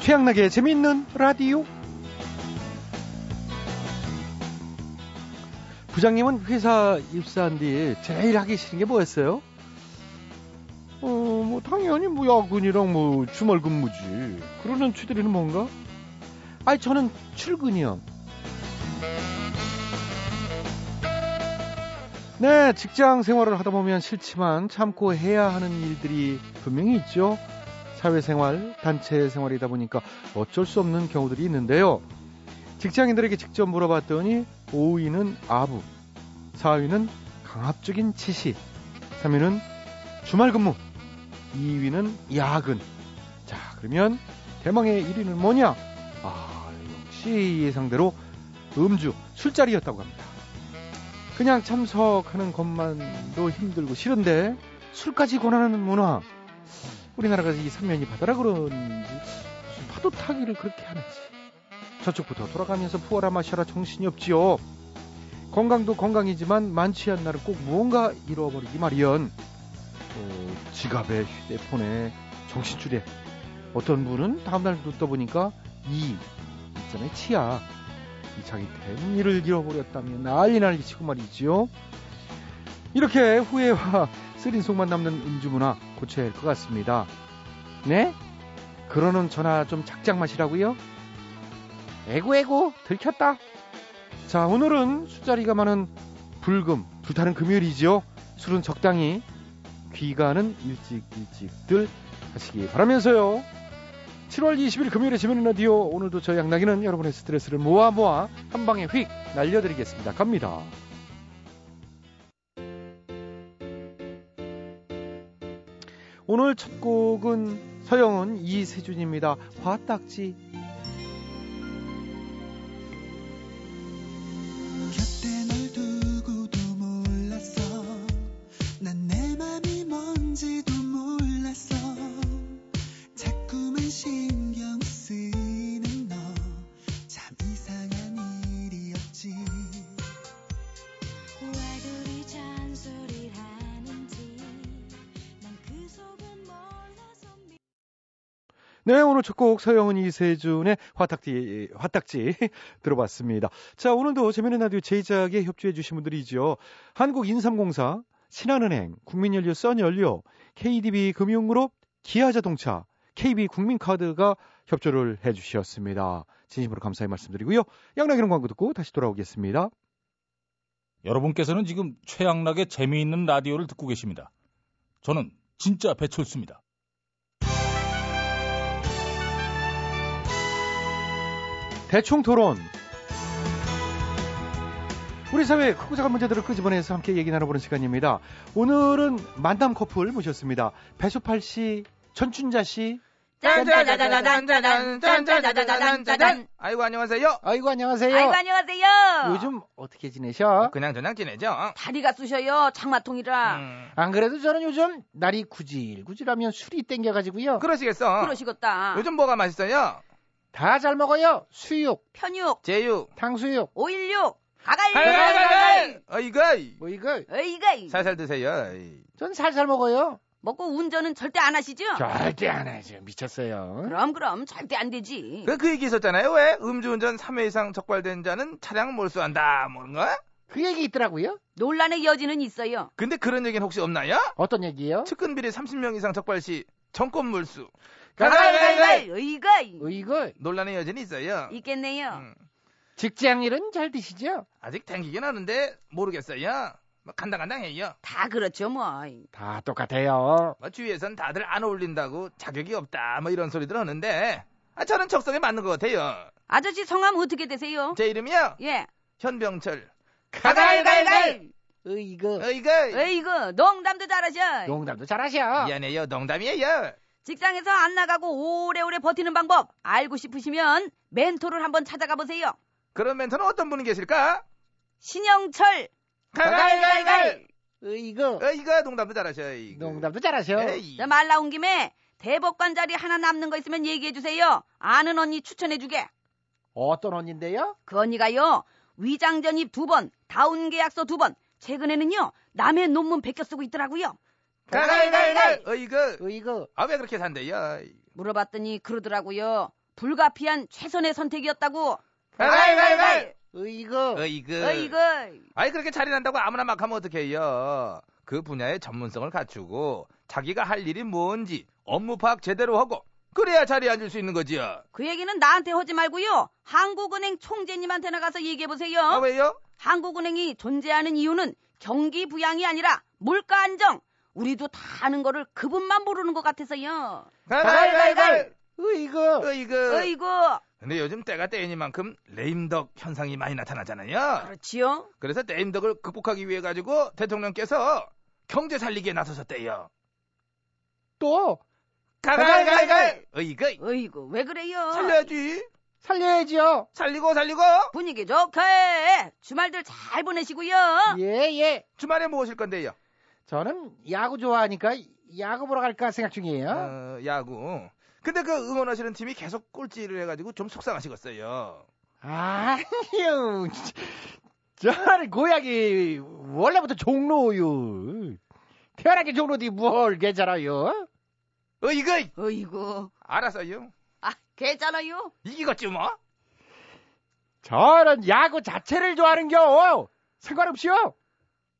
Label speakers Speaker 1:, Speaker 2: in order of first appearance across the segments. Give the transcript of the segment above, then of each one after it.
Speaker 1: 최양락의 재미있는 라디오. 부장님은 회사 입사한 뒤에 제일 하기 싫은 게 뭐였어요?
Speaker 2: 어, 뭐 당연히 뭐 야근이랑 뭐 주말 근무지. 그러는 취들이는 뭔가?
Speaker 1: 아니 저는 출근이요. 네, 직장 생활을 하다 보면 싫지만 참고 해야 하는 일들이 분명히 있죠. 사회생활, 단체 생활이다 보니까 어쩔 수 없는 경우들이 있는데요. 직장인들에게 직접 물어봤더니 5위는 아부, 4위는 강압적인 지시, 3위는 주말 근무, 2위는 야근. 자, 그러면 대망의 1위는 뭐냐? 아, 역시 예상대로 음주, 술자리였다고 합니다. 그냥 참석하는 것만도 힘들고 싫은데 술까지 권하는 문화. 우리나라가 이 삼면이 바다라 그런지 무슨 파도 타기를 그렇게 하는지. 저쪽부터 돌아가면서 부어라 마셔라 정신이 없지요. 건강도 건강이지만 만취한 날은 꼭 무언가 잃어버리기 마련. 어, 지갑에 휴대폰에 정신줄에 어떤 분은 다음날 눈떠 보니까 이 있잖아요 치아 이 자기 대문이를 잃어버렸다며 난리 난리 치고 말이지요. 이렇게 후회와 쓰린 속만 남는 음주 문화 고쳐야 할 것 같습니다. 네? 그러는 전화 좀 작작 마시라고요? 에고에고 들켰다. 자 오늘은 술자리가 많은 불금 불타는 금요일이지요. 술은 적당히 귀가는 일찍 일찍들 하시기 바라면서요. 7월 20일 금요일에 지면인 라디오 오늘도 저희 양락이는 여러분의 스트레스를 모아 모아 한 방에 휙 날려드리겠습니다. 갑니다. 오늘 첫 곡은 서영은 이세준입니다. 화딱지
Speaker 3: 곁에 널 두고도 몰랐어 난 내 맘이 뭔지도 몰랐어 자꾸만 신경 쓰이는 너 참 이상한 일이었지
Speaker 4: 왜 그리 잔소리를 하는지 난 그 속은 몰라서 미
Speaker 1: 네, 오늘 첫 곡 서영은 이세준의 화딱지, 화딱지 들어봤습니다. 자, 오늘도 재미있는 라디오 제작에 협조해주신 분들이죠. 한국인삼공사, 신한은행, 국민연료, 써연료, KDB 금융그룹, 기아자동차, KB국민카드가 협조를 해주셨습니다. 진심으로 감사의 말씀드리고요. 양락이는 광고 듣고 다시 돌아오겠습니다.
Speaker 5: 여러분께서는 지금 최양락의 재미있는 라디오를 듣고 계십니다. 저는 진짜 배철수입니다.
Speaker 1: 대충 토론. 우리 사회의 크고 작은 문제들을 끄집어내서 함께 얘기 나눠보는 시간입니다. 오늘은 만담 커플 모셨습니다. 배수팔 씨, 전춘자 씨.
Speaker 6: 짠짜라다다단짜단, 짠짜라다다단짜단. 아이고 안녕하세요.
Speaker 1: 아이고, 안녕하세요.
Speaker 7: 아이고 안녕하세요.
Speaker 1: 요즘 어떻게 지내셔?
Speaker 6: 그냥 저냥 지내죠.
Speaker 7: 다리가 쑤셔요 장마통이라
Speaker 6: 음,
Speaker 1: 안 그래도 저는 요즘 날이 구질구질하면 술이 땡겨가지고요. 아.
Speaker 6: 그러시겠어.
Speaker 7: 그러시겠다.
Speaker 6: 요즘 뭐가 맛있어요?
Speaker 1: 다 잘 먹어요. 수육,
Speaker 7: 편육,
Speaker 6: 제육.
Speaker 1: 탕수육,
Speaker 7: 오일육, 아갈육,
Speaker 6: 갈갈갈갈. 어이가이.
Speaker 1: 뭐 이거
Speaker 7: 어이가
Speaker 6: 살살 드세요. 어이.
Speaker 1: 전 살살 먹어요.
Speaker 7: 먹고 운전은 절대 안 하시죠?
Speaker 1: 절대 안 하죠. 미쳤어요.
Speaker 7: 그럼 그럼 절대 안 되지.
Speaker 6: 그, 그 얘기 있었잖아요. 왜 음주운전 3회 이상 적발된 자는 차량 몰수한다. 뭔가?
Speaker 1: 그 얘기 있더라고요.
Speaker 7: 논란의 여지는 있어요.
Speaker 6: 근데 그런 얘기는 혹시 없나요?
Speaker 1: 어떤 얘기요?
Speaker 6: 측근비리 30명 이상 적발 시 정권 몰수.
Speaker 1: 가갈갈갈.
Speaker 6: 가갈갈갈.
Speaker 7: 어이가
Speaker 1: 이거
Speaker 6: 논란의 여지는 있어요.
Speaker 7: 있겠네요.
Speaker 6: 음,
Speaker 1: 직장 일은 잘 드시죠?
Speaker 6: 아직 땡기긴 하는데 모르겠어요. 막 간당간당해요.
Speaker 7: 다 그렇죠 뭐.
Speaker 1: 다 똑같아요.
Speaker 6: 뭐 주위에선 다들 안 어울린다고 자격이 없다 뭐 이런 소리들 하는데 아 저는 적성에 맞는 것 같아요
Speaker 7: 아저씨 성함 어떻게 되세요?
Speaker 6: 제 이름이요
Speaker 7: 예.
Speaker 6: 현병철
Speaker 7: 가갈갈갈.
Speaker 1: 이거
Speaker 6: 어이가
Speaker 7: 어이구 농담도 잘하셔.
Speaker 1: 농담도 잘하셔.
Speaker 6: 미안해요 농담이에요
Speaker 7: 직장에서 안 나가고 오래오래 버티는 방법 알고 싶으시면 멘토를 한번 찾아가 보세요.
Speaker 6: 그런 멘토는 어떤 분이 계실까
Speaker 7: 신영철
Speaker 6: 가갈갈갈
Speaker 1: 이거
Speaker 6: 어이가 농담도 잘하셔 이
Speaker 1: 농담도 잘하셔.
Speaker 6: 에이
Speaker 7: 저 말 나온 김에 대법관 자리 하나 남는 거 있으면 얘기해 주세요. 아는 언니 추천해 주게.
Speaker 1: 어떤 언니인데요?
Speaker 7: 그 언니가요. 위장 전입 두 번, 다운 계약서 두 번. 최근에는요. 남의 논문 베껴 쓰고 있더라고요.
Speaker 6: 가갈갈갈 어이가
Speaker 1: 이거
Speaker 6: 아 왜 그렇게 산대요
Speaker 7: 물어봤더니 그러더라고요. 불가피한 최선의 선택이었다고.
Speaker 6: 가위바위보!
Speaker 7: 으이거.
Speaker 6: 어이그.
Speaker 7: 으이거.
Speaker 6: 아니 그렇게 자리난다고 아무나 막 하면 어떡해요. 그 분야의 전문성을 갖추고 자기가 할 일이 뭔지 업무 파악 제대로 하고 그래야 자리에 앉을 수 있는 거지요.
Speaker 7: 그 얘기는 나한테 하지 말고요. 한국은행 총재님한테 나가서 얘기해 보세요.
Speaker 6: 아 왜요?
Speaker 7: 한국은행이 존재하는 이유는 경기 부양이 아니라 물가 안정. 우리도 다 아는 거를 그분만 모르는 것 같아서요.
Speaker 6: 가위바위보!
Speaker 1: 으이거.
Speaker 6: 어이그.
Speaker 7: 으이고.
Speaker 6: 근데 요즘 때가 때이니만큼 레임덕 현상이 많이 나타나잖아요.
Speaker 7: 그렇지요?
Speaker 6: 그래서 레임덕을 극복하기 위해 가지고 대통령께서 경제 살리기에 나서셨대요.
Speaker 1: 또
Speaker 6: 가가가가 어이그
Speaker 7: 으이고 왜 그래요?
Speaker 6: 살려야지.
Speaker 1: 살려야지요.
Speaker 6: 살리고 살리고
Speaker 7: 분위기 좋게 주말들 잘 보내시고요.
Speaker 1: 예 예.
Speaker 6: 주말에 무엇일 건데요?
Speaker 1: 저는 야구 좋아하니까 야구 보러 갈까 생각 중이에요.
Speaker 6: 어, 야구. 근데 그 응원하시는 팀이 계속 꼴찌를 해가지고 좀 속상하시겠어요.
Speaker 1: 아니요. 저는 고향이 원래부터 종로요. 태어난 게 종로디 뭘 괜찮아요?
Speaker 6: 어, 이거
Speaker 7: 으이고.
Speaker 6: 알았어요.
Speaker 7: 아, 괜찮아요.
Speaker 6: 이기겠지 뭐.
Speaker 1: 저는 야구 자체를 좋아하는 겨. 상관없이요.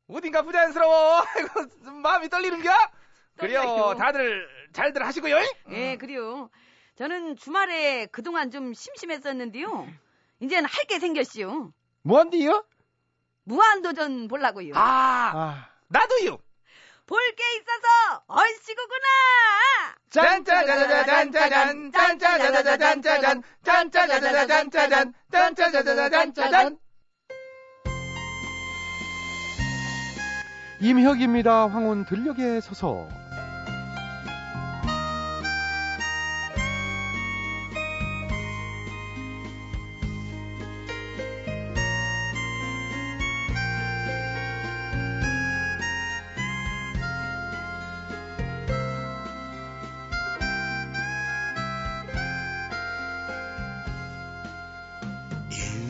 Speaker 6: 어딘가 부자연스러워. 아이고, 좀 마음이 떨리는겨. 그래요.
Speaker 7: 떨려요.
Speaker 6: 다들 잘들 하시고요.
Speaker 7: 예, 그래요. 저는 주말에 그동안 좀 심심했었는데요. 이제는 할 게 생겼시요.
Speaker 1: 뭔데요?
Speaker 7: 무한도전 보려고요.
Speaker 6: 아,
Speaker 1: 아,
Speaker 6: 나도요.
Speaker 7: 볼 게 있어서 얼씨구구나.
Speaker 6: 짠짜자자잔짜잔, 짠짜자자잔짜잔, 짠짜자자잔짜잔, 짠짜자자잔짜잔.
Speaker 8: 임혁입니다. 황혼 들녘에 서서.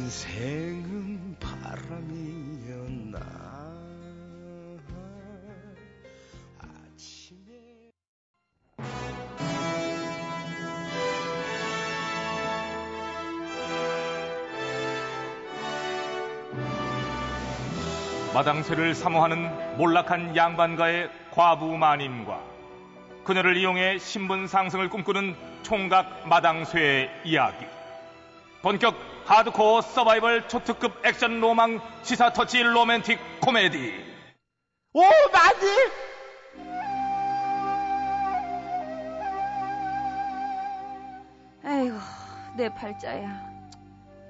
Speaker 4: 인생은 바람이었나 아침에
Speaker 5: 마당쇠를 사모하는 몰락한 양반가의 과부 마님과 그녀를 이용해 신분 상승을 꿈꾸는 총각 마당쇠의 이야기. 본격 하드코어 서바이벌 초특급 액션 로망 시사 터치 로맨틱 코미디.
Speaker 1: 오, 맞지?
Speaker 7: 에휴, 내 팔자야.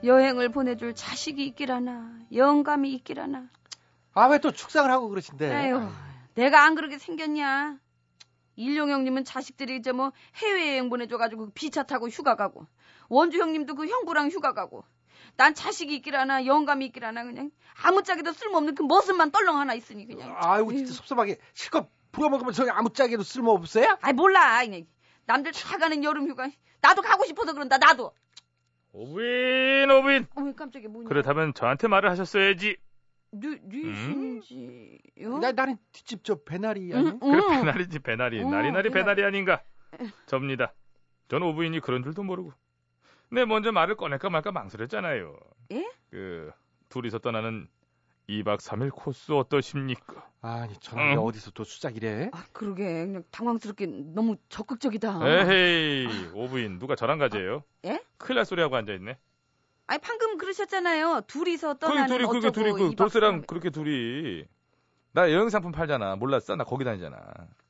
Speaker 7: 여행을 보내줄 자식이 있기라나, 영감이 있기라나.
Speaker 8: 아, 왜 또 축상을 하고
Speaker 1: 네.
Speaker 8: 그러신데?
Speaker 7: 에휴, 내가 안 그러게 생겼냐? 일용 형님은 자식들이 이제 뭐 해외여행 보내줘가지고 그 비차 타고 휴가 가고 원주 형님도 그 형부랑 휴가 가고 난 자식이 있기라나 영감이 있기라나 그냥 아무짝에도 쓸모없는 그 머슴만 떨렁 하나 있으니 그냥
Speaker 1: 아이고, 진짜 섭섭하게. 실컷 부려먹으면 저기 아무짝에도 쓸모없어요?
Speaker 7: 아이 몰라 그냥 남들 다 가는 여름 휴가 나도 가고 싶어서 그런다 나도
Speaker 5: 오빈 오빈.
Speaker 7: 어이 깜짝이야 뭐냐
Speaker 5: 그렇다면 저한테 말을 하셨어야지. 음?
Speaker 7: 뉴, 뉴신지요?
Speaker 8: 나, 나는 뒷집 저 배나리 아니?
Speaker 7: 응,
Speaker 5: 그
Speaker 7: 응.
Speaker 5: 배날이지 배날이
Speaker 7: 음,
Speaker 5: 날이 날이
Speaker 7: 배날.
Speaker 5: 배날이 아닌가 접니다 전 오부인이 그런 줄도 모르고 네 먼저 말을 꺼낼까 말까 망설였잖아요
Speaker 7: 예?
Speaker 5: 그 둘이서 떠나는 2박 3일 코스 어떠십니까? 음.
Speaker 8: 아니, 저는
Speaker 5: 응.
Speaker 8: 어디서 또 수작이래?
Speaker 7: 아 그러게 그냥 당황스럽게 너무 적극적이다
Speaker 5: 에헤이 오부인 누가 저랑 가재요?
Speaker 7: 예?
Speaker 5: 큰일 날 소리하고 앉아있네
Speaker 7: 아니 방금 그러셨잖아요. 둘이서
Speaker 5: 거기
Speaker 7: 떠나는
Speaker 5: 둘이 그게
Speaker 7: 어쩌고
Speaker 5: 둘이 그
Speaker 7: 이박
Speaker 5: 돌쇠랑
Speaker 7: 삼일.
Speaker 5: 그렇게 둘이
Speaker 6: 나 여행 상품 팔잖아. 몰랐어? 나 거기 다니잖아.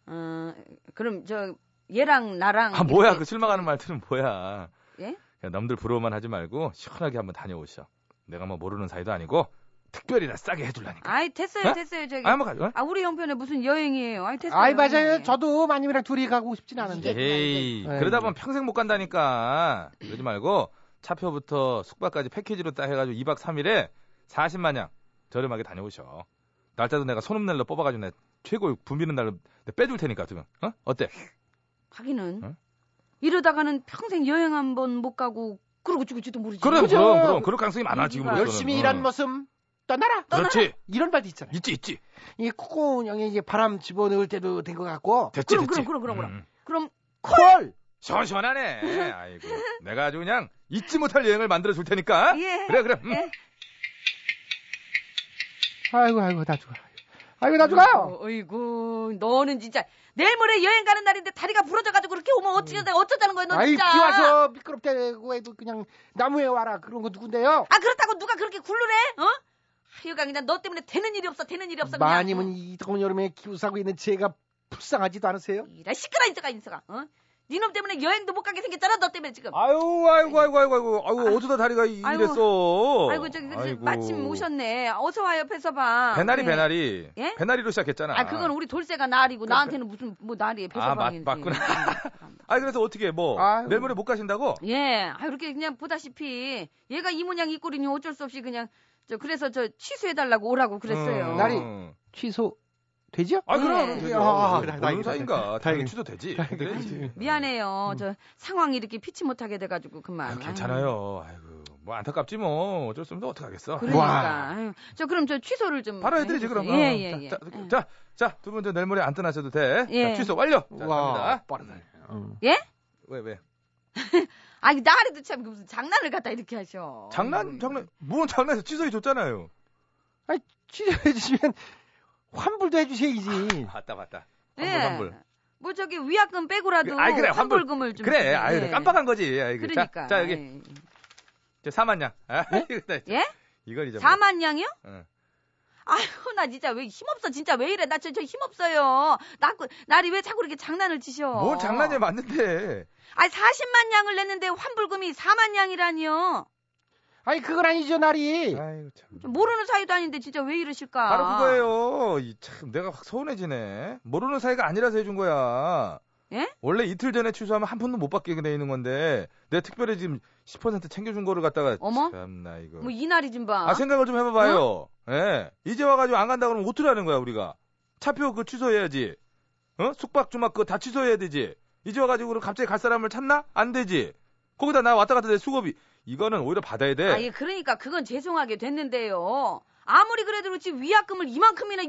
Speaker 7: 어, 그럼 저 얘랑 나랑
Speaker 6: 아, 뭐야.
Speaker 7: 이렇게-
Speaker 6: 그 실망하는 말들은 뭐야.
Speaker 7: 예?
Speaker 6: 그냥 남들 부러워만 하지 말고 시원하게 한번 다녀오셔. 내가 뭐 모르는 사이도 아니고 특별히 나 싸게 해줄라니까.
Speaker 7: 아이 됐어요,
Speaker 6: 어?
Speaker 7: 됐어요. 저기
Speaker 6: 아, 한번 가죠.
Speaker 7: 아 우리 형편에 무슨 여행이에요. 아이 됐어요.
Speaker 1: 아이, 맞아요.
Speaker 7: 예.
Speaker 1: 저도 마님이랑 둘이 가고 싶진 않은데.
Speaker 6: 에이,
Speaker 7: 네.
Speaker 1: 아이고.
Speaker 6: 그러다 보면 평생 못 간다니까. 그러지 말고 차표부터 숙박까지 패키지로 따 해가지고 2박 3일에 40만냥 저렴하게 다녀오셔. 날짜도 내가 손없는 날로 뽑아가지고 내가 최고 붐비는 날로 내가 빼줄 테니까 두 명. 어? 어때?
Speaker 7: 가기는
Speaker 6: 응?
Speaker 7: 이러다가는 평생 여행 한 번 못 가고 그러고 죽을지도 모르지.
Speaker 6: 그럼
Speaker 1: 그죠?
Speaker 6: 그럼 그럼 그럴 가능성이 많아 어. 지금
Speaker 9: 어,
Speaker 1: 열심히 일하는 모습 떠나라.
Speaker 5: 그렇지
Speaker 1: 이런 말도 있잖아요.
Speaker 5: 있지 있지
Speaker 1: 이 코코형이 이제 바람 집어넣을 때도 된 것 같고
Speaker 5: 됐지
Speaker 7: 그럼
Speaker 5: 됐지
Speaker 7: 그럼 그럼 그럼 그럼.
Speaker 5: 음.
Speaker 7: 그럼
Speaker 1: 콜
Speaker 9: 시원시원하네. 아이고, 내가 아주 그냥 잊지 못할 여행을 만들어 줄 테니까.
Speaker 7: 예.
Speaker 9: 그래, 그래. 음.
Speaker 7: 예.
Speaker 2: 아이고 아이고 나 죽어. 아이고 나 죽어.
Speaker 7: 어이구, 너는 진짜 내일 모레 여행 가는 날인데 다리가 부러져가지고 그렇게 오면 어찌 어쩌자는 거야, 너
Speaker 2: 아이 비
Speaker 7: 진짜.
Speaker 2: 와서 미끄럽대고 해도 그냥 나무에 와라 그런 거 누군데요?
Speaker 7: 아 그렇다고 누가 그렇게 굴르래? 어? 하여간 그냥 너 때문에 되는 일이 없어, 되는 일이 없어. 그냥.
Speaker 2: 마님은 이 더운 여름에 기우사고 있는 제가 불쌍하지도 않으세요?
Speaker 7: 이라 시끄러 인서가 인서가. 어? 니놈 때문에 여행도 못 가게 생겼잖아, 너 때문에 지금.
Speaker 9: 아유, 아이고, 아이고, 아이고, 아이고, 아이고, 어쩌다 다리가 이-
Speaker 7: 아이고.
Speaker 9: 이랬어.
Speaker 7: 아이고 저기 그
Speaker 9: 아이고.
Speaker 7: 마침 오셨네. 어서 와요, 폐서방.
Speaker 9: 배나리,
Speaker 7: 네.
Speaker 9: 배나리.
Speaker 7: 예?
Speaker 9: 배나리로 시작했잖아.
Speaker 7: 아 그건 우리 돌쇠가 날이고 나한테는 무슨 뭐 날이에요,
Speaker 9: 아, 맞,
Speaker 7: 폐서방이.
Speaker 9: 맞구나. 아, 그래서 어떻게, 뭐,
Speaker 2: 아유. 네,
Speaker 9: 내일 모레 못 가신다고?
Speaker 7: 예, 아 이렇게 그냥 보다시피 얘가 이 모양 이 꼴이니 어쩔 수 없이 그냥 저 그래서 저 취소해달라고 오라고 그랬어요.
Speaker 9: 음.
Speaker 2: 나리. 취소 되죠?
Speaker 9: 아, 그럼.
Speaker 7: 네.
Speaker 9: 되죠.
Speaker 2: 아,
Speaker 9: 모르는
Speaker 2: 다행이다.
Speaker 9: 사이인가. 당연히
Speaker 2: 다행이다.
Speaker 9: 취소되지.
Speaker 2: 다행이다.
Speaker 9: 그래야지.
Speaker 7: 미안해요. 저 상황이 이렇게 피치 못하게 돼가지고 그만.
Speaker 9: 음. 아유,
Speaker 7: 아유,
Speaker 9: 괜찮아요. 아이고, 뭐 안타깝지 뭐. 어쩔 수 없는데 어떡하겠어.
Speaker 7: 그러니까. 아유, 저 그럼 저 취소를 좀.
Speaker 9: 바로 해드리지 그럼. 어.
Speaker 7: 해주세요. 예, 예, 예.
Speaker 9: 자, 자, 자, 자, 두 분도 내일 모레 안 떠나셔도 돼.
Speaker 7: 예.
Speaker 9: 자, 취소 완료. 자,
Speaker 2: 와
Speaker 9: 갑니다.
Speaker 2: 빠르네. 어. 응.
Speaker 7: 예?
Speaker 9: 왜 왜?
Speaker 7: 아, 이 나리도 참 무슨 장난을 갖다 이렇게 하셔.
Speaker 9: 장난 장난 뭔 장난에서 취소해 줬잖아요.
Speaker 2: 취소해 주시면 환불도 해주셔야지.
Speaker 9: 봤다 봤다.
Speaker 7: 예.
Speaker 9: 환불 환불.
Speaker 7: 뭐 저기 위약금 빼고라도
Speaker 9: 아이, 그래, 환불.
Speaker 7: 환불금을 좀.
Speaker 9: 그래,
Speaker 7: 주세요.
Speaker 9: 아유
Speaker 7: 예.
Speaker 9: 깜빡한 거지. 아이고.
Speaker 7: 그러니까.
Speaker 9: 자, 자 여기
Speaker 7: 예.
Speaker 9: 제 사만냥. 아, 이거 다-
Speaker 7: 예?
Speaker 9: 이걸 뭐, 잊어.
Speaker 7: 4만 양이요?
Speaker 9: 응.
Speaker 7: 아휴, 나 진짜 왜 힘없어. 진짜 왜 이래. 나 저, 저 힘없어요. 나, 그- 나리 왜 자꾸 이렇게 장난을 치셔.
Speaker 9: 뭔 장난이야 맞는데.
Speaker 7: 아니, 40만 양을 냈는데 환불금이 4만 양이라니요.
Speaker 2: 아니 그건 아니죠 나리.
Speaker 9: 아이고 참.
Speaker 7: 좀 모르는 사이도 아닌데 진짜 왜 이러실까.
Speaker 9: 바로 그거예요. 이, 참 내가 확 서운해지네. 모르는 사이가 아니라서 해준 거야.
Speaker 7: 예?
Speaker 9: 원래 이틀 전에 취소하면 한 푼도 못 받게 돼 있는 건데 내 특별히 지금 10% 챙겨준 거를 갖다가
Speaker 7: 어머?
Speaker 9: 참나 이거.
Speaker 7: 뭐 이날이 좀 봐.
Speaker 9: 아 생각을 좀 해봐봐요. 예. 이제 와가지고 안 간다 그러면 어떡하는 거야 우리가? 차표 그거 취소해야지. 어? 숙박 주막 그거 다 취소해야 되지. 이제 와가지고 그럼 갑자기 갈 사람을 찾나? 안 되지. 거기다 나 왔다 갔다 내 수고비. 이거는 오히려 받아야 돼.
Speaker 7: 아, 예, 그러니까 그건 죄송하게 됐는데요. 아무리 그래도 그렇지 위약금을 이만큼이나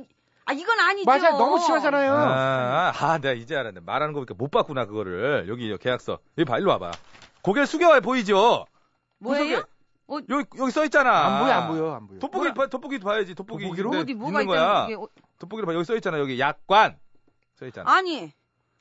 Speaker 7: 아 이건 아니죠.
Speaker 2: 맞아 너무 심하잖아요.
Speaker 9: 아, 아, 아, 내가 이제 알았네. 말하는 거 보니까 못 봤구나, 그거를. 여기, 여기 계약서. 여기 봐, 일로 와봐. 고개를 숙여야 보이죠?
Speaker 7: 뭐예요?
Speaker 9: 구석에 여기, 여기 써있잖아.
Speaker 2: 안 보여 안 보여 안 보여.
Speaker 9: 돋보기, 봐, 돋보기 봐야지. 돋보기.
Speaker 2: 돋보기로?
Speaker 9: 있는데
Speaker 7: 어디 뭐가
Speaker 9: 있는 거야.
Speaker 7: 있다는 게
Speaker 9: 돋보기를 봐. 여기 써있잖아. 여기 약관. 써있잖아.
Speaker 7: 아니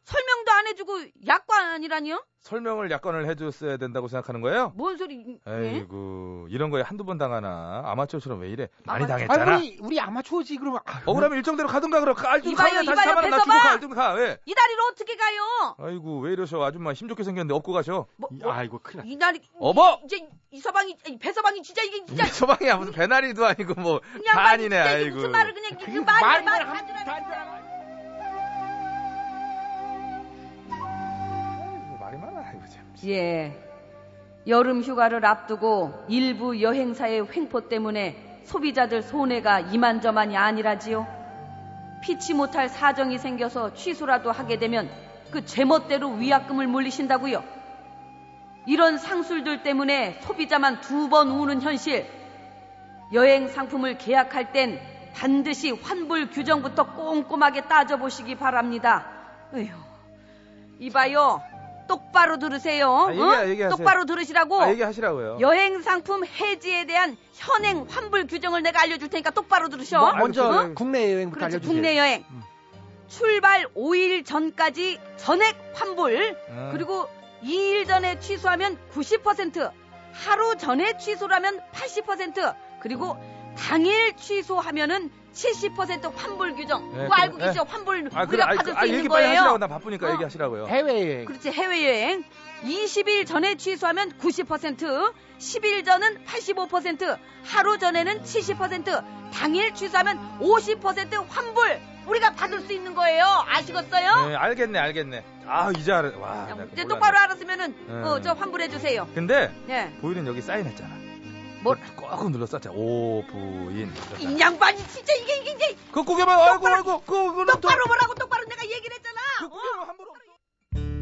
Speaker 7: 설명도 안 해주고 약관이라니요?
Speaker 9: 설명을 약관을 해줬어야 된다고 생각하는 거예요?
Speaker 7: 뭔 소리? 예?
Speaker 9: 에이구, 이런 거에 한두 번 당하나. 아마추어처럼 왜 이래. 많이
Speaker 7: 아마추어.
Speaker 2: 아니,
Speaker 9: 당했잖아.
Speaker 2: 우리 우리 아마추어지 그러면. 아,
Speaker 9: 억울하면 일정대로 가든가, 그럼. 가, 알좀
Speaker 7: 이봐요,
Speaker 9: 가면 다시
Speaker 7: 이봐요,
Speaker 9: 사만 원나 주고
Speaker 7: 뺏어봐!
Speaker 9: 가, 알좀 가, 왜?
Speaker 7: 이 다리로 어떻게 가요?
Speaker 9: 아이고, 왜 이러셔. 아줌마 힘좋게 생겼는데 업고 가셔.
Speaker 7: 뭐,
Speaker 2: 이-
Speaker 7: 뭐,
Speaker 2: 아이고 큰일 났다.
Speaker 7: 이 다리
Speaker 9: 어버!
Speaker 7: 이제 이 서방이 아니, 배 서방이 진짜 이게 진짜
Speaker 9: 소방이야 무슨 배나리도 아니고 뭐
Speaker 7: 그냥 말이
Speaker 9: 반이네
Speaker 7: 진짜 이게
Speaker 9: 아이고.
Speaker 7: 무슨 말을 그냥 그 말이 말이 안 들어.
Speaker 9: 어, 아이고, 말이 많아 아이고 참.
Speaker 7: 예. 여름 휴가를 앞두고 일부 여행사의 횡포 때문에 소비자들 손해가 이만저만이 아니라지요. 피치 못할 사정이 생겨서 취소라도 하게 되면 그 제멋대로 위약금을 물리신다고요. 이런 상술들 때문에 소비자만 두 번 우는 현실. 여행 상품을 계약할 땐 반드시 환불 규정부터 꼼꼼하게 따져보시기 바랍니다. 에휴, 이봐요. 똑바로 들으세요.
Speaker 9: 아, 얘기하- 얘기하세요.
Speaker 7: 똑바로 들으시라고.
Speaker 9: 아 얘기하시라고요.
Speaker 7: 여행 상품 해지에 대한 현행 환불 규정을 내가 알려줄 테니까 똑바로 들으셔.
Speaker 2: 뭐, 먼저
Speaker 7: 응?
Speaker 2: 국내 여행부터
Speaker 7: 그렇지
Speaker 2: 알려주세요.
Speaker 7: 국내 여행
Speaker 2: 음.
Speaker 7: 출발 5일 전까지 전액 환불
Speaker 9: 음.
Speaker 7: 그리고 2일 전에 취소하면 90% 하루 전에 취소라면 80% 그리고
Speaker 9: 음.
Speaker 7: 당일 취소하면은 70% 환불 규정
Speaker 9: 네,
Speaker 7: 그거 알고
Speaker 9: 그래,
Speaker 7: 계시죠 환불
Speaker 9: 아 그래
Speaker 7: 무력
Speaker 9: 아,
Speaker 7: 받을 수
Speaker 9: 아
Speaker 7: 있는
Speaker 9: 얘기 빨리 하시라고
Speaker 7: 거예요
Speaker 9: 나 바쁘니까
Speaker 7: 어.
Speaker 9: 얘기하시라고요.
Speaker 2: 해외 여행.
Speaker 7: 그렇지 해외여행 20일 전에 취소하면 90% 10일 전은 85% 하루 전에는 70% 당일 취소하면 50% 환불 우리가 받을 수 있는 거예요 아시겠어요?
Speaker 9: 네, 알겠네 알겠네. 아 이제 알아.
Speaker 7: 그냥
Speaker 9: 와. 내가
Speaker 7: 이제
Speaker 9: 몰랐네.
Speaker 7: 똑바로 알았으면은
Speaker 9: 음.
Speaker 7: 어, 저 환불해 주세요.
Speaker 9: 근데
Speaker 7: 예.
Speaker 9: 보이는 여기 사인했잖아.
Speaker 7: 뭘?
Speaker 9: 꾹 눌렀었자. 오 부인.
Speaker 7: 뭐? 이 양반이 진짜 이게 이게 이제
Speaker 9: 그 꾸겨봐. 아이고 아이고. 그 그는 또-
Speaker 7: 똑바로 보라고 똑바로 내가 얘기를 했잖아. 어?
Speaker 9: 그 꾸겨봐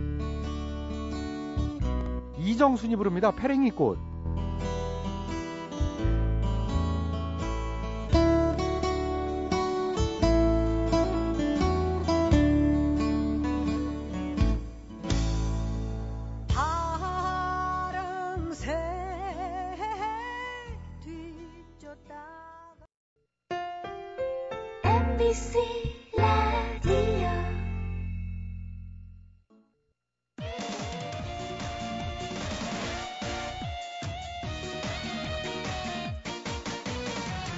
Speaker 9: 함부로.
Speaker 1: 이정순이 부릅니다. 페랭이꽃.
Speaker 10: MBC 라디오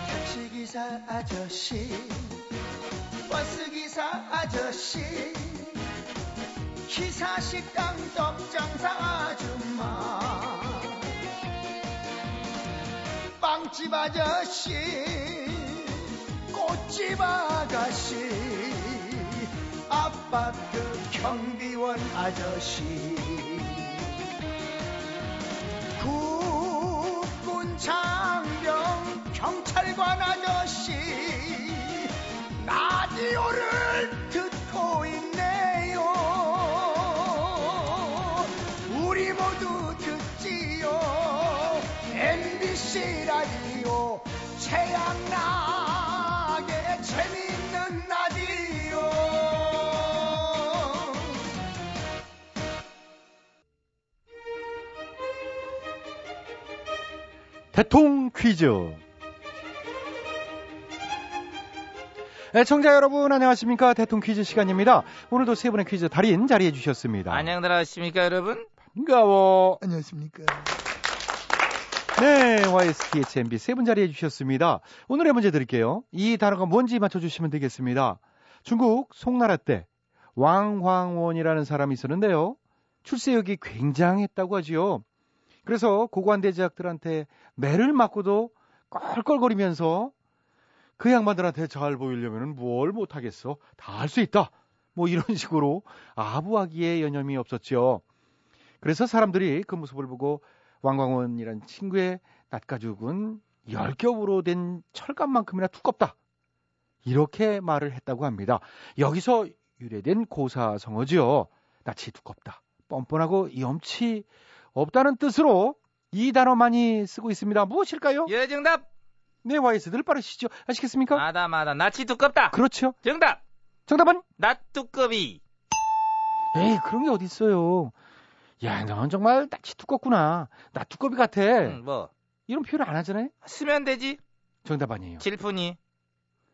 Speaker 3: 택시기사 아저씨 버스기사 아저씨 기사식당 떡장사 아줌마 빵집 아저씨 꽃집 아가씨 아파트 그 경비원 아저씨 국군 장병 경찰관 아저씨 라디오를 듣고 있네요 우리 모두 듣지요 MBC 라디오 최양락의 재밌는 라디오
Speaker 1: 대통 퀴즈. 네, 애청자 여러분 안녕하십니까 대통 퀴즈 시간입니다. 오늘도 세 분의 퀴즈 달인 자리해 주셨습니다.
Speaker 9: 안녕들 하십니까 여러분?
Speaker 1: 반가워.
Speaker 3: 안녕하십니까
Speaker 1: 네, YSTHMB 세 분 자리해 주셨습니다. 오늘의 문제 드릴게요. 이 단어가 뭔지 맞춰주시면 되겠습니다. 중국 송나라 때 왕황원이라는 사람이 있었는데요. 출세욕이 굉장했다고 하지요. 그래서 고관대제학들한테 매를 맞고도 껄껄거리면서 그 양반들한테 잘 보이려면 뭘 못하겠어. 다 할 수 있다. 뭐 이런 식으로 아부하기에 여념이 없었죠. 그래서 사람들이 그 모습을 보고 왕광원이라는 친구의 낯가죽은 열겹으로 된 철갑만큼이나 두껍다. 이렇게 말을 했다고 합니다. 여기서 유래된 고사성어지요. 낯이 두껍다. 뻔뻔하고 염치 없다는 뜻으로 이 단어 많이 쓰고 있습니다. 무엇일까요?
Speaker 9: 예 정답.
Speaker 1: 네, 와이스들 빠르시죠? 아시겠습니까?
Speaker 9: 마다 마다 낯이 두껍다.
Speaker 1: 그렇죠.
Speaker 9: 정답.
Speaker 1: 정답은?
Speaker 9: 낯두꺼비.
Speaker 1: 에이, 그런 게 어딨어요. 야, 넌 정말 낯이 두껍구나. 나 두꺼비 같아.
Speaker 9: 음, 뭐
Speaker 1: 이런 표현 안 하잖아요?
Speaker 9: 쓰면 되지.
Speaker 1: 정답 아니에요.
Speaker 9: 질푼이.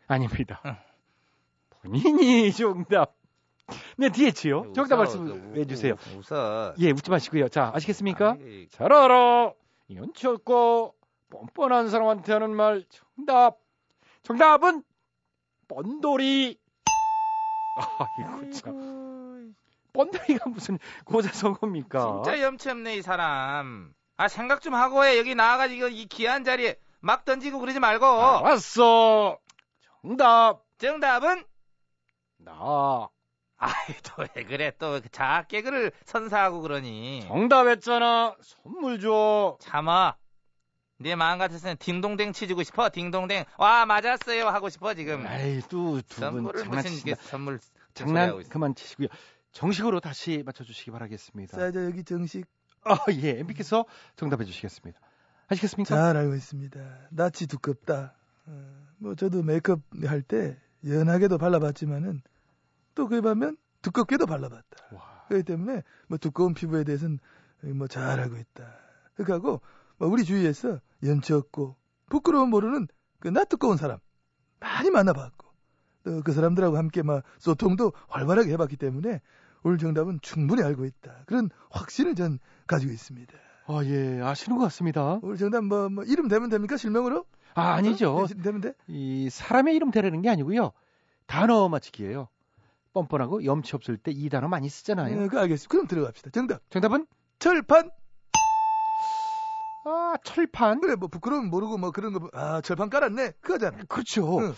Speaker 1: 아닙니다.
Speaker 9: 응.
Speaker 1: 본인이 정답. 네, DH요. 정답 말씀해
Speaker 9: 해
Speaker 1: 주세요.
Speaker 9: 웃어.
Speaker 1: 예, 웃지 마시고요. 자, 아시겠습니까? 예.
Speaker 9: 아이,
Speaker 1: 잘 알아. 연치 없고 뻔뻔한 사람한테 하는 말 정답. 정답은 뻔돌이. 아, 이거 참. 뻔돌이가 무슨 고자성어입니까?
Speaker 9: 진짜 염치 없네 이 사람. 아 생각 좀 하고 해. 여기 나와가지고 이 귀한 자리에 막 던지고 그러지 말고.
Speaker 1: 알았어. 아, 정답.
Speaker 9: 정답은
Speaker 1: 나.
Speaker 9: 아이 또 왜 그래 또 자개그를 선사하고 그러니.
Speaker 1: 정답했잖아. 선물 줘.
Speaker 9: 참아. 네 마음 같았으면 딩동댕 치주고 싶어. 딩동댕. 와 맞았어요 하고 싶어 지금.
Speaker 1: 아이, 또 두 분
Speaker 9: 음. 선물을 무슨 이게
Speaker 1: 장난치신다.
Speaker 9: 선물
Speaker 1: 장난
Speaker 9: 소리하고 있어.
Speaker 1: 그만 치시고요. 정식으로 다시 맞춰주시기 바라겠습니다.
Speaker 3: 자 이제 여기 정식
Speaker 1: 아, 예. MB께서 정답해 주시겠습니다. 아시겠습니까?
Speaker 3: 잘 알고 있습니다. 낯이 두껍다. 어, 뭐 저도 메이크업 할 때 연하게도 발라봤지만은 또 그에 반면 두껍게도 발라봤다.
Speaker 1: 와.
Speaker 3: 그렇기 때문에 뭐 두꺼운 피부에 대해서는 뭐 잘 알고 있다. 그렇게 하고 뭐 우리 주위에서 염치 없고 부끄러움 모르는 그나 두꺼운 사람 많이 만나봤고 또 그 사람들하고 함께 막 소통도 활발하게 해봤기 때문에 오늘 정답은 충분히 알고 있다. 그런 확신을 전 가지고 있습니다.
Speaker 1: 아, 예. 아시는 것 같습니다.
Speaker 3: 오늘 정답 뭐, 뭐 이름 되면 됩니까 실명으로? 어? 네,
Speaker 1: 아, 아니죠.
Speaker 3: 대- 되면 돼?
Speaker 1: 이 사람의 이름 대라는 게 아니고요. 단어 맞히기예요. 뻔뻔하고 염치 없을 때 이 단어 많이 쓰잖아요.
Speaker 3: 예, 그 알겠습니다. 그럼 들어갑시다. 정답.
Speaker 1: 정답은
Speaker 3: 철판.
Speaker 1: 아, 철판.
Speaker 3: 그래 뭐 부끄러움 모르고 뭐 그런 거. 아 철판 깔았네. 그거잖아.
Speaker 1: 그렇죠.
Speaker 3: 응.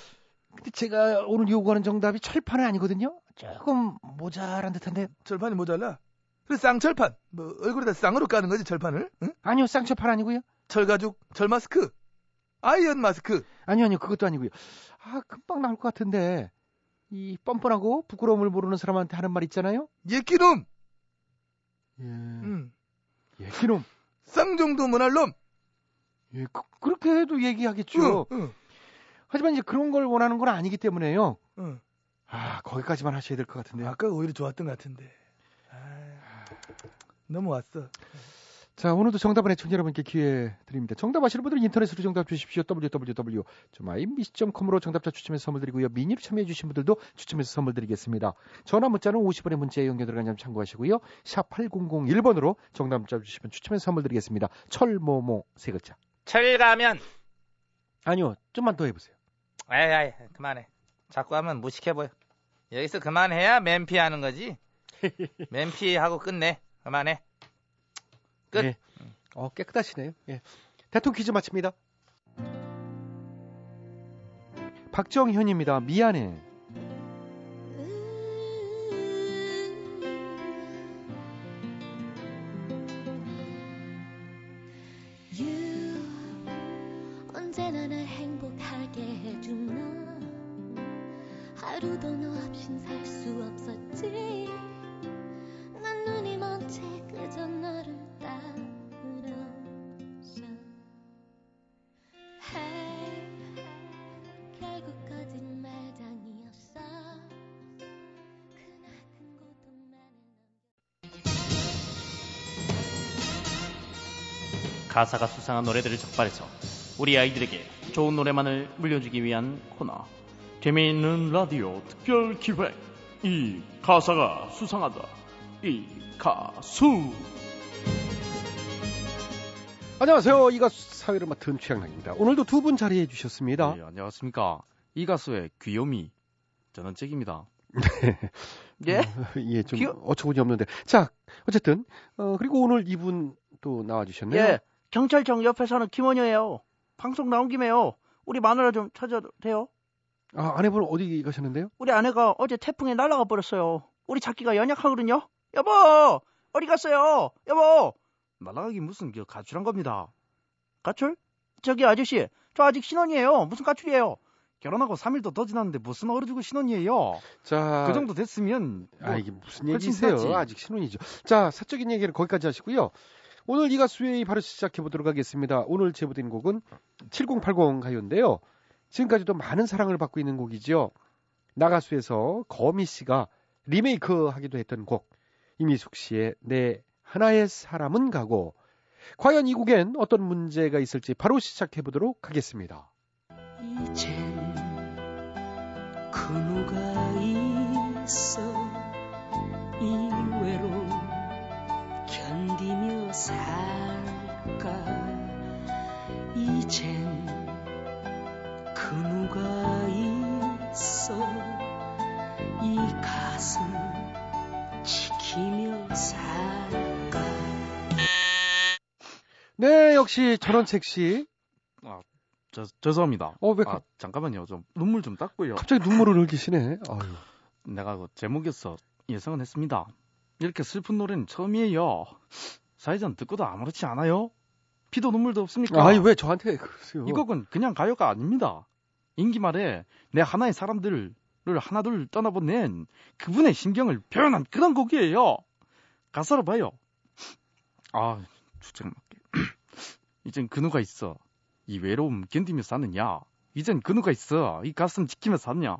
Speaker 1: 근데 제가 오늘 요구하는 정답이 철판은 아니거든요. 조금 모자란 듯한데.
Speaker 3: 철판이 모자라. 그래 쌍철판. 뭐 얼굴에다 쌍으로 까는 거지 철판을. 응?
Speaker 1: 아니요, 쌍철판 아니고요.
Speaker 3: 철가죽, 철마스크, 아이언 마스크.
Speaker 1: 아니요, 아니요. 그것도 아니고요. 아, 금방 나올 것 같은데. 이 뻔뻔하고 부끄러움을 모르는 사람한테 하는 말 있잖아요.
Speaker 3: 예끼놈.
Speaker 1: 예.
Speaker 3: 음.
Speaker 1: 예, 기놈.
Speaker 3: 쌍정도 문할놈.
Speaker 1: 예, 그, 그렇게 해도 얘기하겠죠.
Speaker 3: 응, 응,
Speaker 1: 하지만 이제 그런 걸 원하는 건 아니기 때문에요.
Speaker 3: 응.
Speaker 1: 아, 거기까지만 하셔야 될 것 같은데요.
Speaker 3: 아까 오히려 좋았던 것 같은데. 아, 넘어왔어.
Speaker 1: 자, 오늘도 정답은 애청자 여러분께 기회 드립니다. 정답 아시는 분들은 인터넷으로 정답 주십시오. www.imbc.com으로 정답자 추첨해서 선물 드리고요. 미니 참여해 주신 분들도 추첨해서 선물 드리겠습니다. 전화 문자는 50원의 문자에 연결 들어간 점 참고하시고요. 샵 8001번으로 정답 문자 주시면 추첨해서 선물 드리겠습니다. 철모모 세 글자.
Speaker 6: 철가면
Speaker 1: 아니요. 좀만 더 해보세요.
Speaker 6: 아이 아이 그만해. 자꾸 하면 무식해 보여. 여기서 그만해야 맨피 하는 거지. 맨피 하고 끝내. 그만해. 끝.
Speaker 1: 예. 어, 깨끗하시네요. 예. 대통령 퀴즈 마칩니다. 박정현입니다. 미안해.
Speaker 10: You 언제나 날 행복하게 해준 너 하루도 너 없인 살 수 없었지 난 눈이 먼 채 그저 너를 따라서 Hey 결국 거짓말장이었어 그나큰 고통만은
Speaker 11: 가사가 수상한 노래들을 적발해서 우리 아이들에게 좋은 노래만을 물려주기 위한 코너 재미있는 라디오 특별 기획 이 가사가 수상하다 이 가수
Speaker 1: 안녕하세요. 이가 사회를 맡은 최양락입니다. 오늘도 두 분 자리해 주셨습니다.
Speaker 11: 예, 안녕하십니까 이 가수의 귀요미 저는 잭입니다
Speaker 1: 네. 예, 좀
Speaker 11: 귀여-
Speaker 1: 어처구니 없는데. 자, 어쨌든 어, 그리고 오늘 이분 또 나와 주셨네요.
Speaker 11: 예. 경찰청 옆에 사는 김원효예요 방송 나온 김에요 우리 마누라 좀 찾아도 돼요?
Speaker 1: 아, 아내분 어디 가셨는데요?
Speaker 11: 우리 아내가 어제 태풍에 날아가 버렸어요. 우리 자기가 연약하거든요. 여보, 어디 갔어요? 여보. 날아가기 무슨 그 가출한 겁니다. 가출? 저기 아저씨, 저 아직 신혼이에요. 무슨 가출이에요? 결혼하고 3일도 더 지났는데 무슨 어르지고 신혼이에요?
Speaker 1: 자,
Speaker 11: 그 정도 됐으면 뭐,
Speaker 1: 아 이게 무슨
Speaker 11: 훨씬
Speaker 1: 얘기세요?
Speaker 11: 낫지.
Speaker 1: 아직 신혼이죠. 자, 사적인 얘기를 거기까지 하시고요. 오늘 이 가수의 바로 시작해 보도록 하겠습니다. 오늘 제보된 곡은 7080 가요인데요. 지금까지도 많은 사랑을 받고 있는 곡이죠. 나가수에서 거미 씨가 리메이크 하기도 했던 곡. 이미숙 씨의 내 하나의 사람은 가고. 과연 이 곡엔 어떤 문제가 있을지 바로 시작해 보도록 하겠습니다.
Speaker 11: 이젠 그 누가 있어 이외로 견디며 살까 이젠 그 누가 있어 이 가슴 지키며 살까
Speaker 1: 네, 역시 전원책 씨.
Speaker 11: 저, 아, 죄송합니다.
Speaker 1: 아, 어, 왜
Speaker 11: 아, 잠깐만요. 좀 눈물 좀 닦고요.
Speaker 1: 갑자기 눈물을 흘리시네. 아유.
Speaker 11: 내가 그 제목에서 예상은 했습니다. 이렇게 슬픈 노래는 처음이에요. 사회자는 듣고도 아무렇지 않아요. 피도 눈물도 없습니까?
Speaker 1: 아니 왜 저한테 그러세요?
Speaker 11: 이 곡은 그냥 가요가 아닙니다. 인기 말에 내 하나의 사람들을 하나둘 떠나보낸 그분의 심경을 표현한 그런 곡이에요. 가사로 봐요. 아, 주책 맞게. 이젠 그누가 있어. 이 외로움 견디며 사느냐? 이젠 그누가 있어. 이 가슴 지키며 사느냐?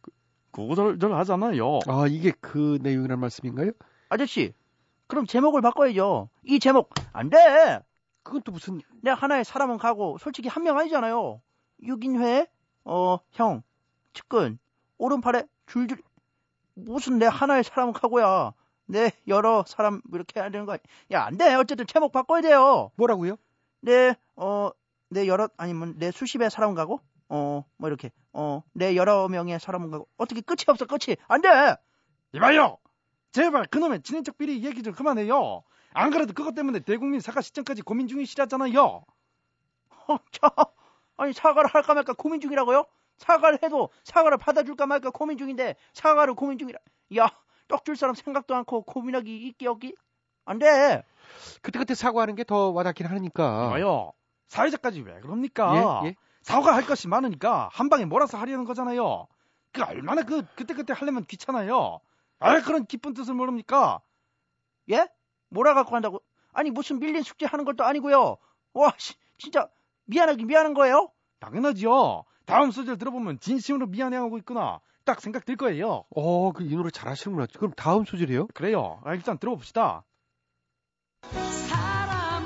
Speaker 11: 그, 고절절하잖아요.
Speaker 1: 아 이게 그 내용이란 말씀인가요?
Speaker 11: 아저씨, 그럼 제목을 바꿔야죠. 이 제목, 안 돼!
Speaker 1: 그건 또 무슨
Speaker 11: 내 하나의 사람은 가고 솔직히 한 명 아니잖아요. 6인회 어, 형, 측근, 오른팔에 줄줄 무슨 내 하나의 사람은 가고야. 내 여러 사람 이렇게 해야 되는 거 아니... 야, 안 돼. 어쨌든 제목 바꿔야 돼요.
Speaker 1: 뭐라고요?
Speaker 11: 내 어, 내 여러 아니면 내 수십의 사람은 가고 어, 뭐 이렇게. 어, 내 여러 명의 사람은 가고 어떻게 끝이 없어. 끝이. 안 돼. 이봐요. 제발 그놈의 친인척 비리 얘기 좀 그만해요. 안 그래도 그것 때문에 대국민 사과 시점까지 고민 중이시라잖아요. 어, 저, 아니 사과를 할까 말까 고민 중이라고요? 사과를 해도 사과를 받아줄까 말까 고민 중인데 사과를 고민 중이라. 야, 떡 줄 사람 생각도 않고 고민하기 있기 없기? 안 돼.
Speaker 1: 그때그때 사과하는 게 더 와닿긴 하니까.
Speaker 11: 봐요. 사회자까지 왜 그럽니까?
Speaker 1: 예, 예.
Speaker 11: 사과할 것이 많으니까 한 방에 몰아서 하려는 거잖아요. 그 얼마나 그 그때 그때 하려면 귀찮아요. 아 그런 기쁜 뜻을 모릅니까? 예? 몰아갖고 한다고? 아니 무슨 밀린 숙제 하는 것도 아니고요. 와, 씨, 진짜 미안하기 미안한 거예요? 당연하지요. 다음 소절 들어보면 진심으로 미안해하고 있구나. 딱 생각될 거예요.
Speaker 1: 어, 그 이 노래
Speaker 12: 아,
Speaker 1: 잘하시는구나. 그럼 다음 소절이요?
Speaker 11: 그래요. 일단 들어봅시다.
Speaker 10: 사랑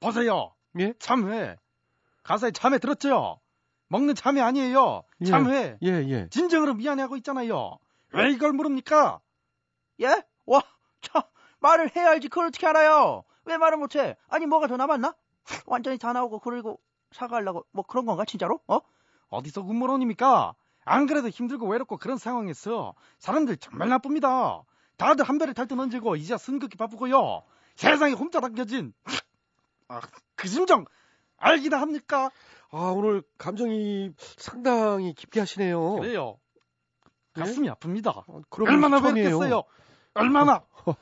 Speaker 12: 보세요.
Speaker 1: 예?
Speaker 12: 참회. 가사에 참회 들었죠? 먹는 참회 아니에요.
Speaker 1: 예.
Speaker 12: 참회.
Speaker 1: 예, 예.
Speaker 12: 진정으로 미안해하고 있잖아요. 왜 이걸 물읍니까?
Speaker 11: 예? 와, 참, 말을 해야지. 그걸 어떻게 알아요? 왜 말을 못해? 아니, 뭐가 더 남았나? 완전히 다 나오고, 그리고 사과하려고, 뭐 그런 건가, 진짜로? 어?
Speaker 12: 어디서 군무론입니까?
Speaker 11: 아,
Speaker 12: 안 그래도 힘들고 외롭고 그런 상황에서 사람들 정말 나쁩니다. 다들 한 배를 탈듯 얹고 이제 승급기 바쁘고요. 세상에 혼자 당겨진 아, 그 심정 알기나 합니까?
Speaker 1: 아, 오늘 감정이 상당히 깊게 하시네요. 네?
Speaker 12: 그래요. 가슴이 아픕니다.
Speaker 1: 그럼
Speaker 12: 얼마나
Speaker 1: 처음이에요.
Speaker 12: 외롭겠어요. 얼마나
Speaker 11: 어,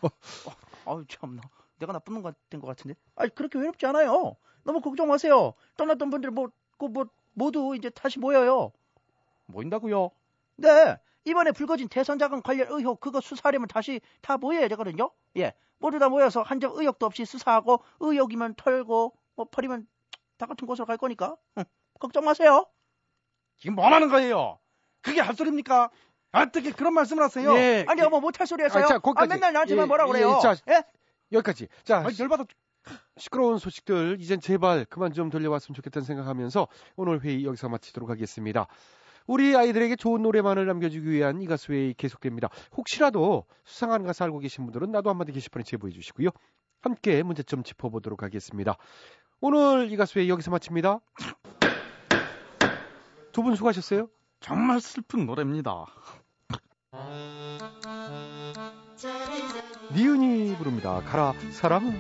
Speaker 11: 아유, 참나. 내가 나쁜 놈 같은 것 같은데? 아니, 그렇게 외롭지 않아요. 너무 걱정 마세요. 떠났던 분들 뭐, 그 뭐, 모두 이제 다시 모여요.
Speaker 12: 모인다고요.
Speaker 11: 네, 이번에 불거진 대선자금 관련 의혹 그거 수사하려면 다시 다 모여야 되거든요. 예, 모두 다 모여서 한 점 의혹도 없이 수사하고 의혹이면 털고 뭐 버리면 다 같은 곳으로 갈 거니까 응, 걱정 마세요.
Speaker 12: 지금 뭐라는 거예요? 그게 할 소리입니까? 아, 어떻게 그런 말씀을 하세요?
Speaker 1: 예.
Speaker 11: 아니 어머 못할 소리 했어요.
Speaker 1: 아, 자,
Speaker 11: 아,
Speaker 1: 거기까지.
Speaker 11: 맨날 나한테만
Speaker 1: 예,
Speaker 11: 뭐라 그래요.
Speaker 1: 예, 자,
Speaker 11: 예?
Speaker 1: 여기까지. 자,
Speaker 12: 아, 열받아
Speaker 1: 시끄러운 소식들 이젠 제발 그만 좀 돌려왔으면 좋겠다는 생각하면서 오늘 회의 여기서 마치도록 하겠습니다. 우리 아이들에게 좋은 노래만을 남겨주기 위한 이 가수회의 계속됩니다. 혹시라도 수상한 가사 알고 계신 분들은 나도 한마디 게시판에 제보해 주시고요. 함께 문제점 짚어보도록 하겠습니다. 오늘 이 가수회의 여기서 마칩니다. 두 분 수고하셨어요.
Speaker 12: 정말 슬픈 노래입니다.
Speaker 1: 니은이 부릅니다. 가라 사랑.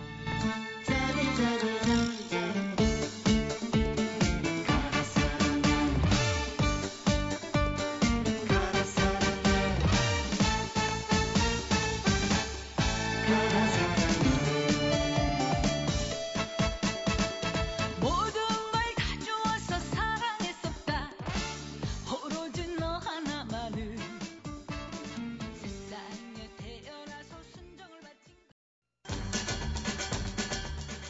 Speaker 10: 모든 걸 다 주어서 사랑했었다 오로지 너 하나만을 세상에 태어나서 순정을 바친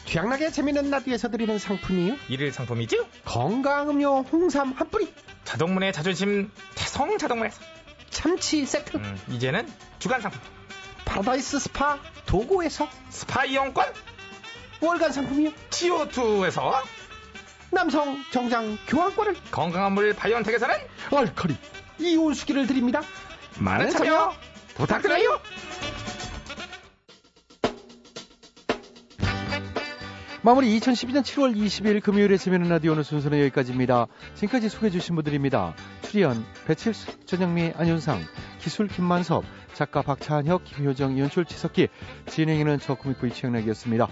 Speaker 1: 취향나게 재미있는 라디오에서 드리는 상품이요.
Speaker 6: 일일 상품이죠?
Speaker 1: 건강음료 홍삼 한 뿌리.
Speaker 6: 자동문의 자존심 태성 자동문에서
Speaker 1: 참치 세트.
Speaker 6: 음, 이제는 주간 상품
Speaker 1: 파라다이스 스파 도고에서
Speaker 6: 스파 이용권
Speaker 1: 월간 상품이요.
Speaker 6: CO2에서
Speaker 1: 남성 정장 교환권을
Speaker 6: 건강한 물 바이온텍에서는
Speaker 1: 얼커리 이온수기를 드립니다.
Speaker 6: 많은 참여 부탁드려요.
Speaker 1: 마무리 2012년 7월 20일 금요일에 재미있는 라디오 오늘 순서는 여기까지입니다. 지금까지 소개해 주신 분들입니다. 출연 배칠수, 전영미, 안윤상, 기술 김만섭, 작가 박찬혁, 김효정, 연출 지석기, 진행에는 저 구미포 이치영락이었습니다.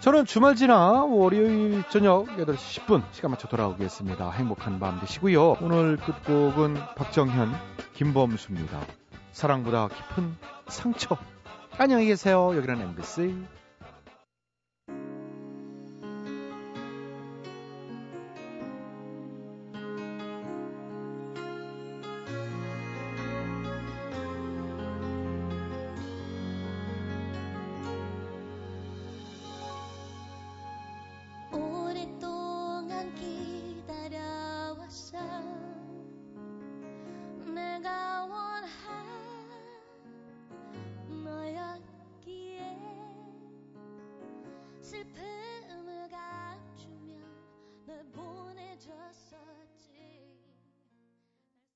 Speaker 1: 저는 주말 지나 월요일 저녁 8시 10분 시간 맞춰 돌아오겠습니다. 행복한 밤 되시고요. 오늘 끝곡은 박정현, 김범수입니다. 사랑보다 깊은 상처. 안녕히 계세요. 여기는 MBC.
Speaker 10: 오랫동안 기다려왔어 내가 원한 너였기에 슬픈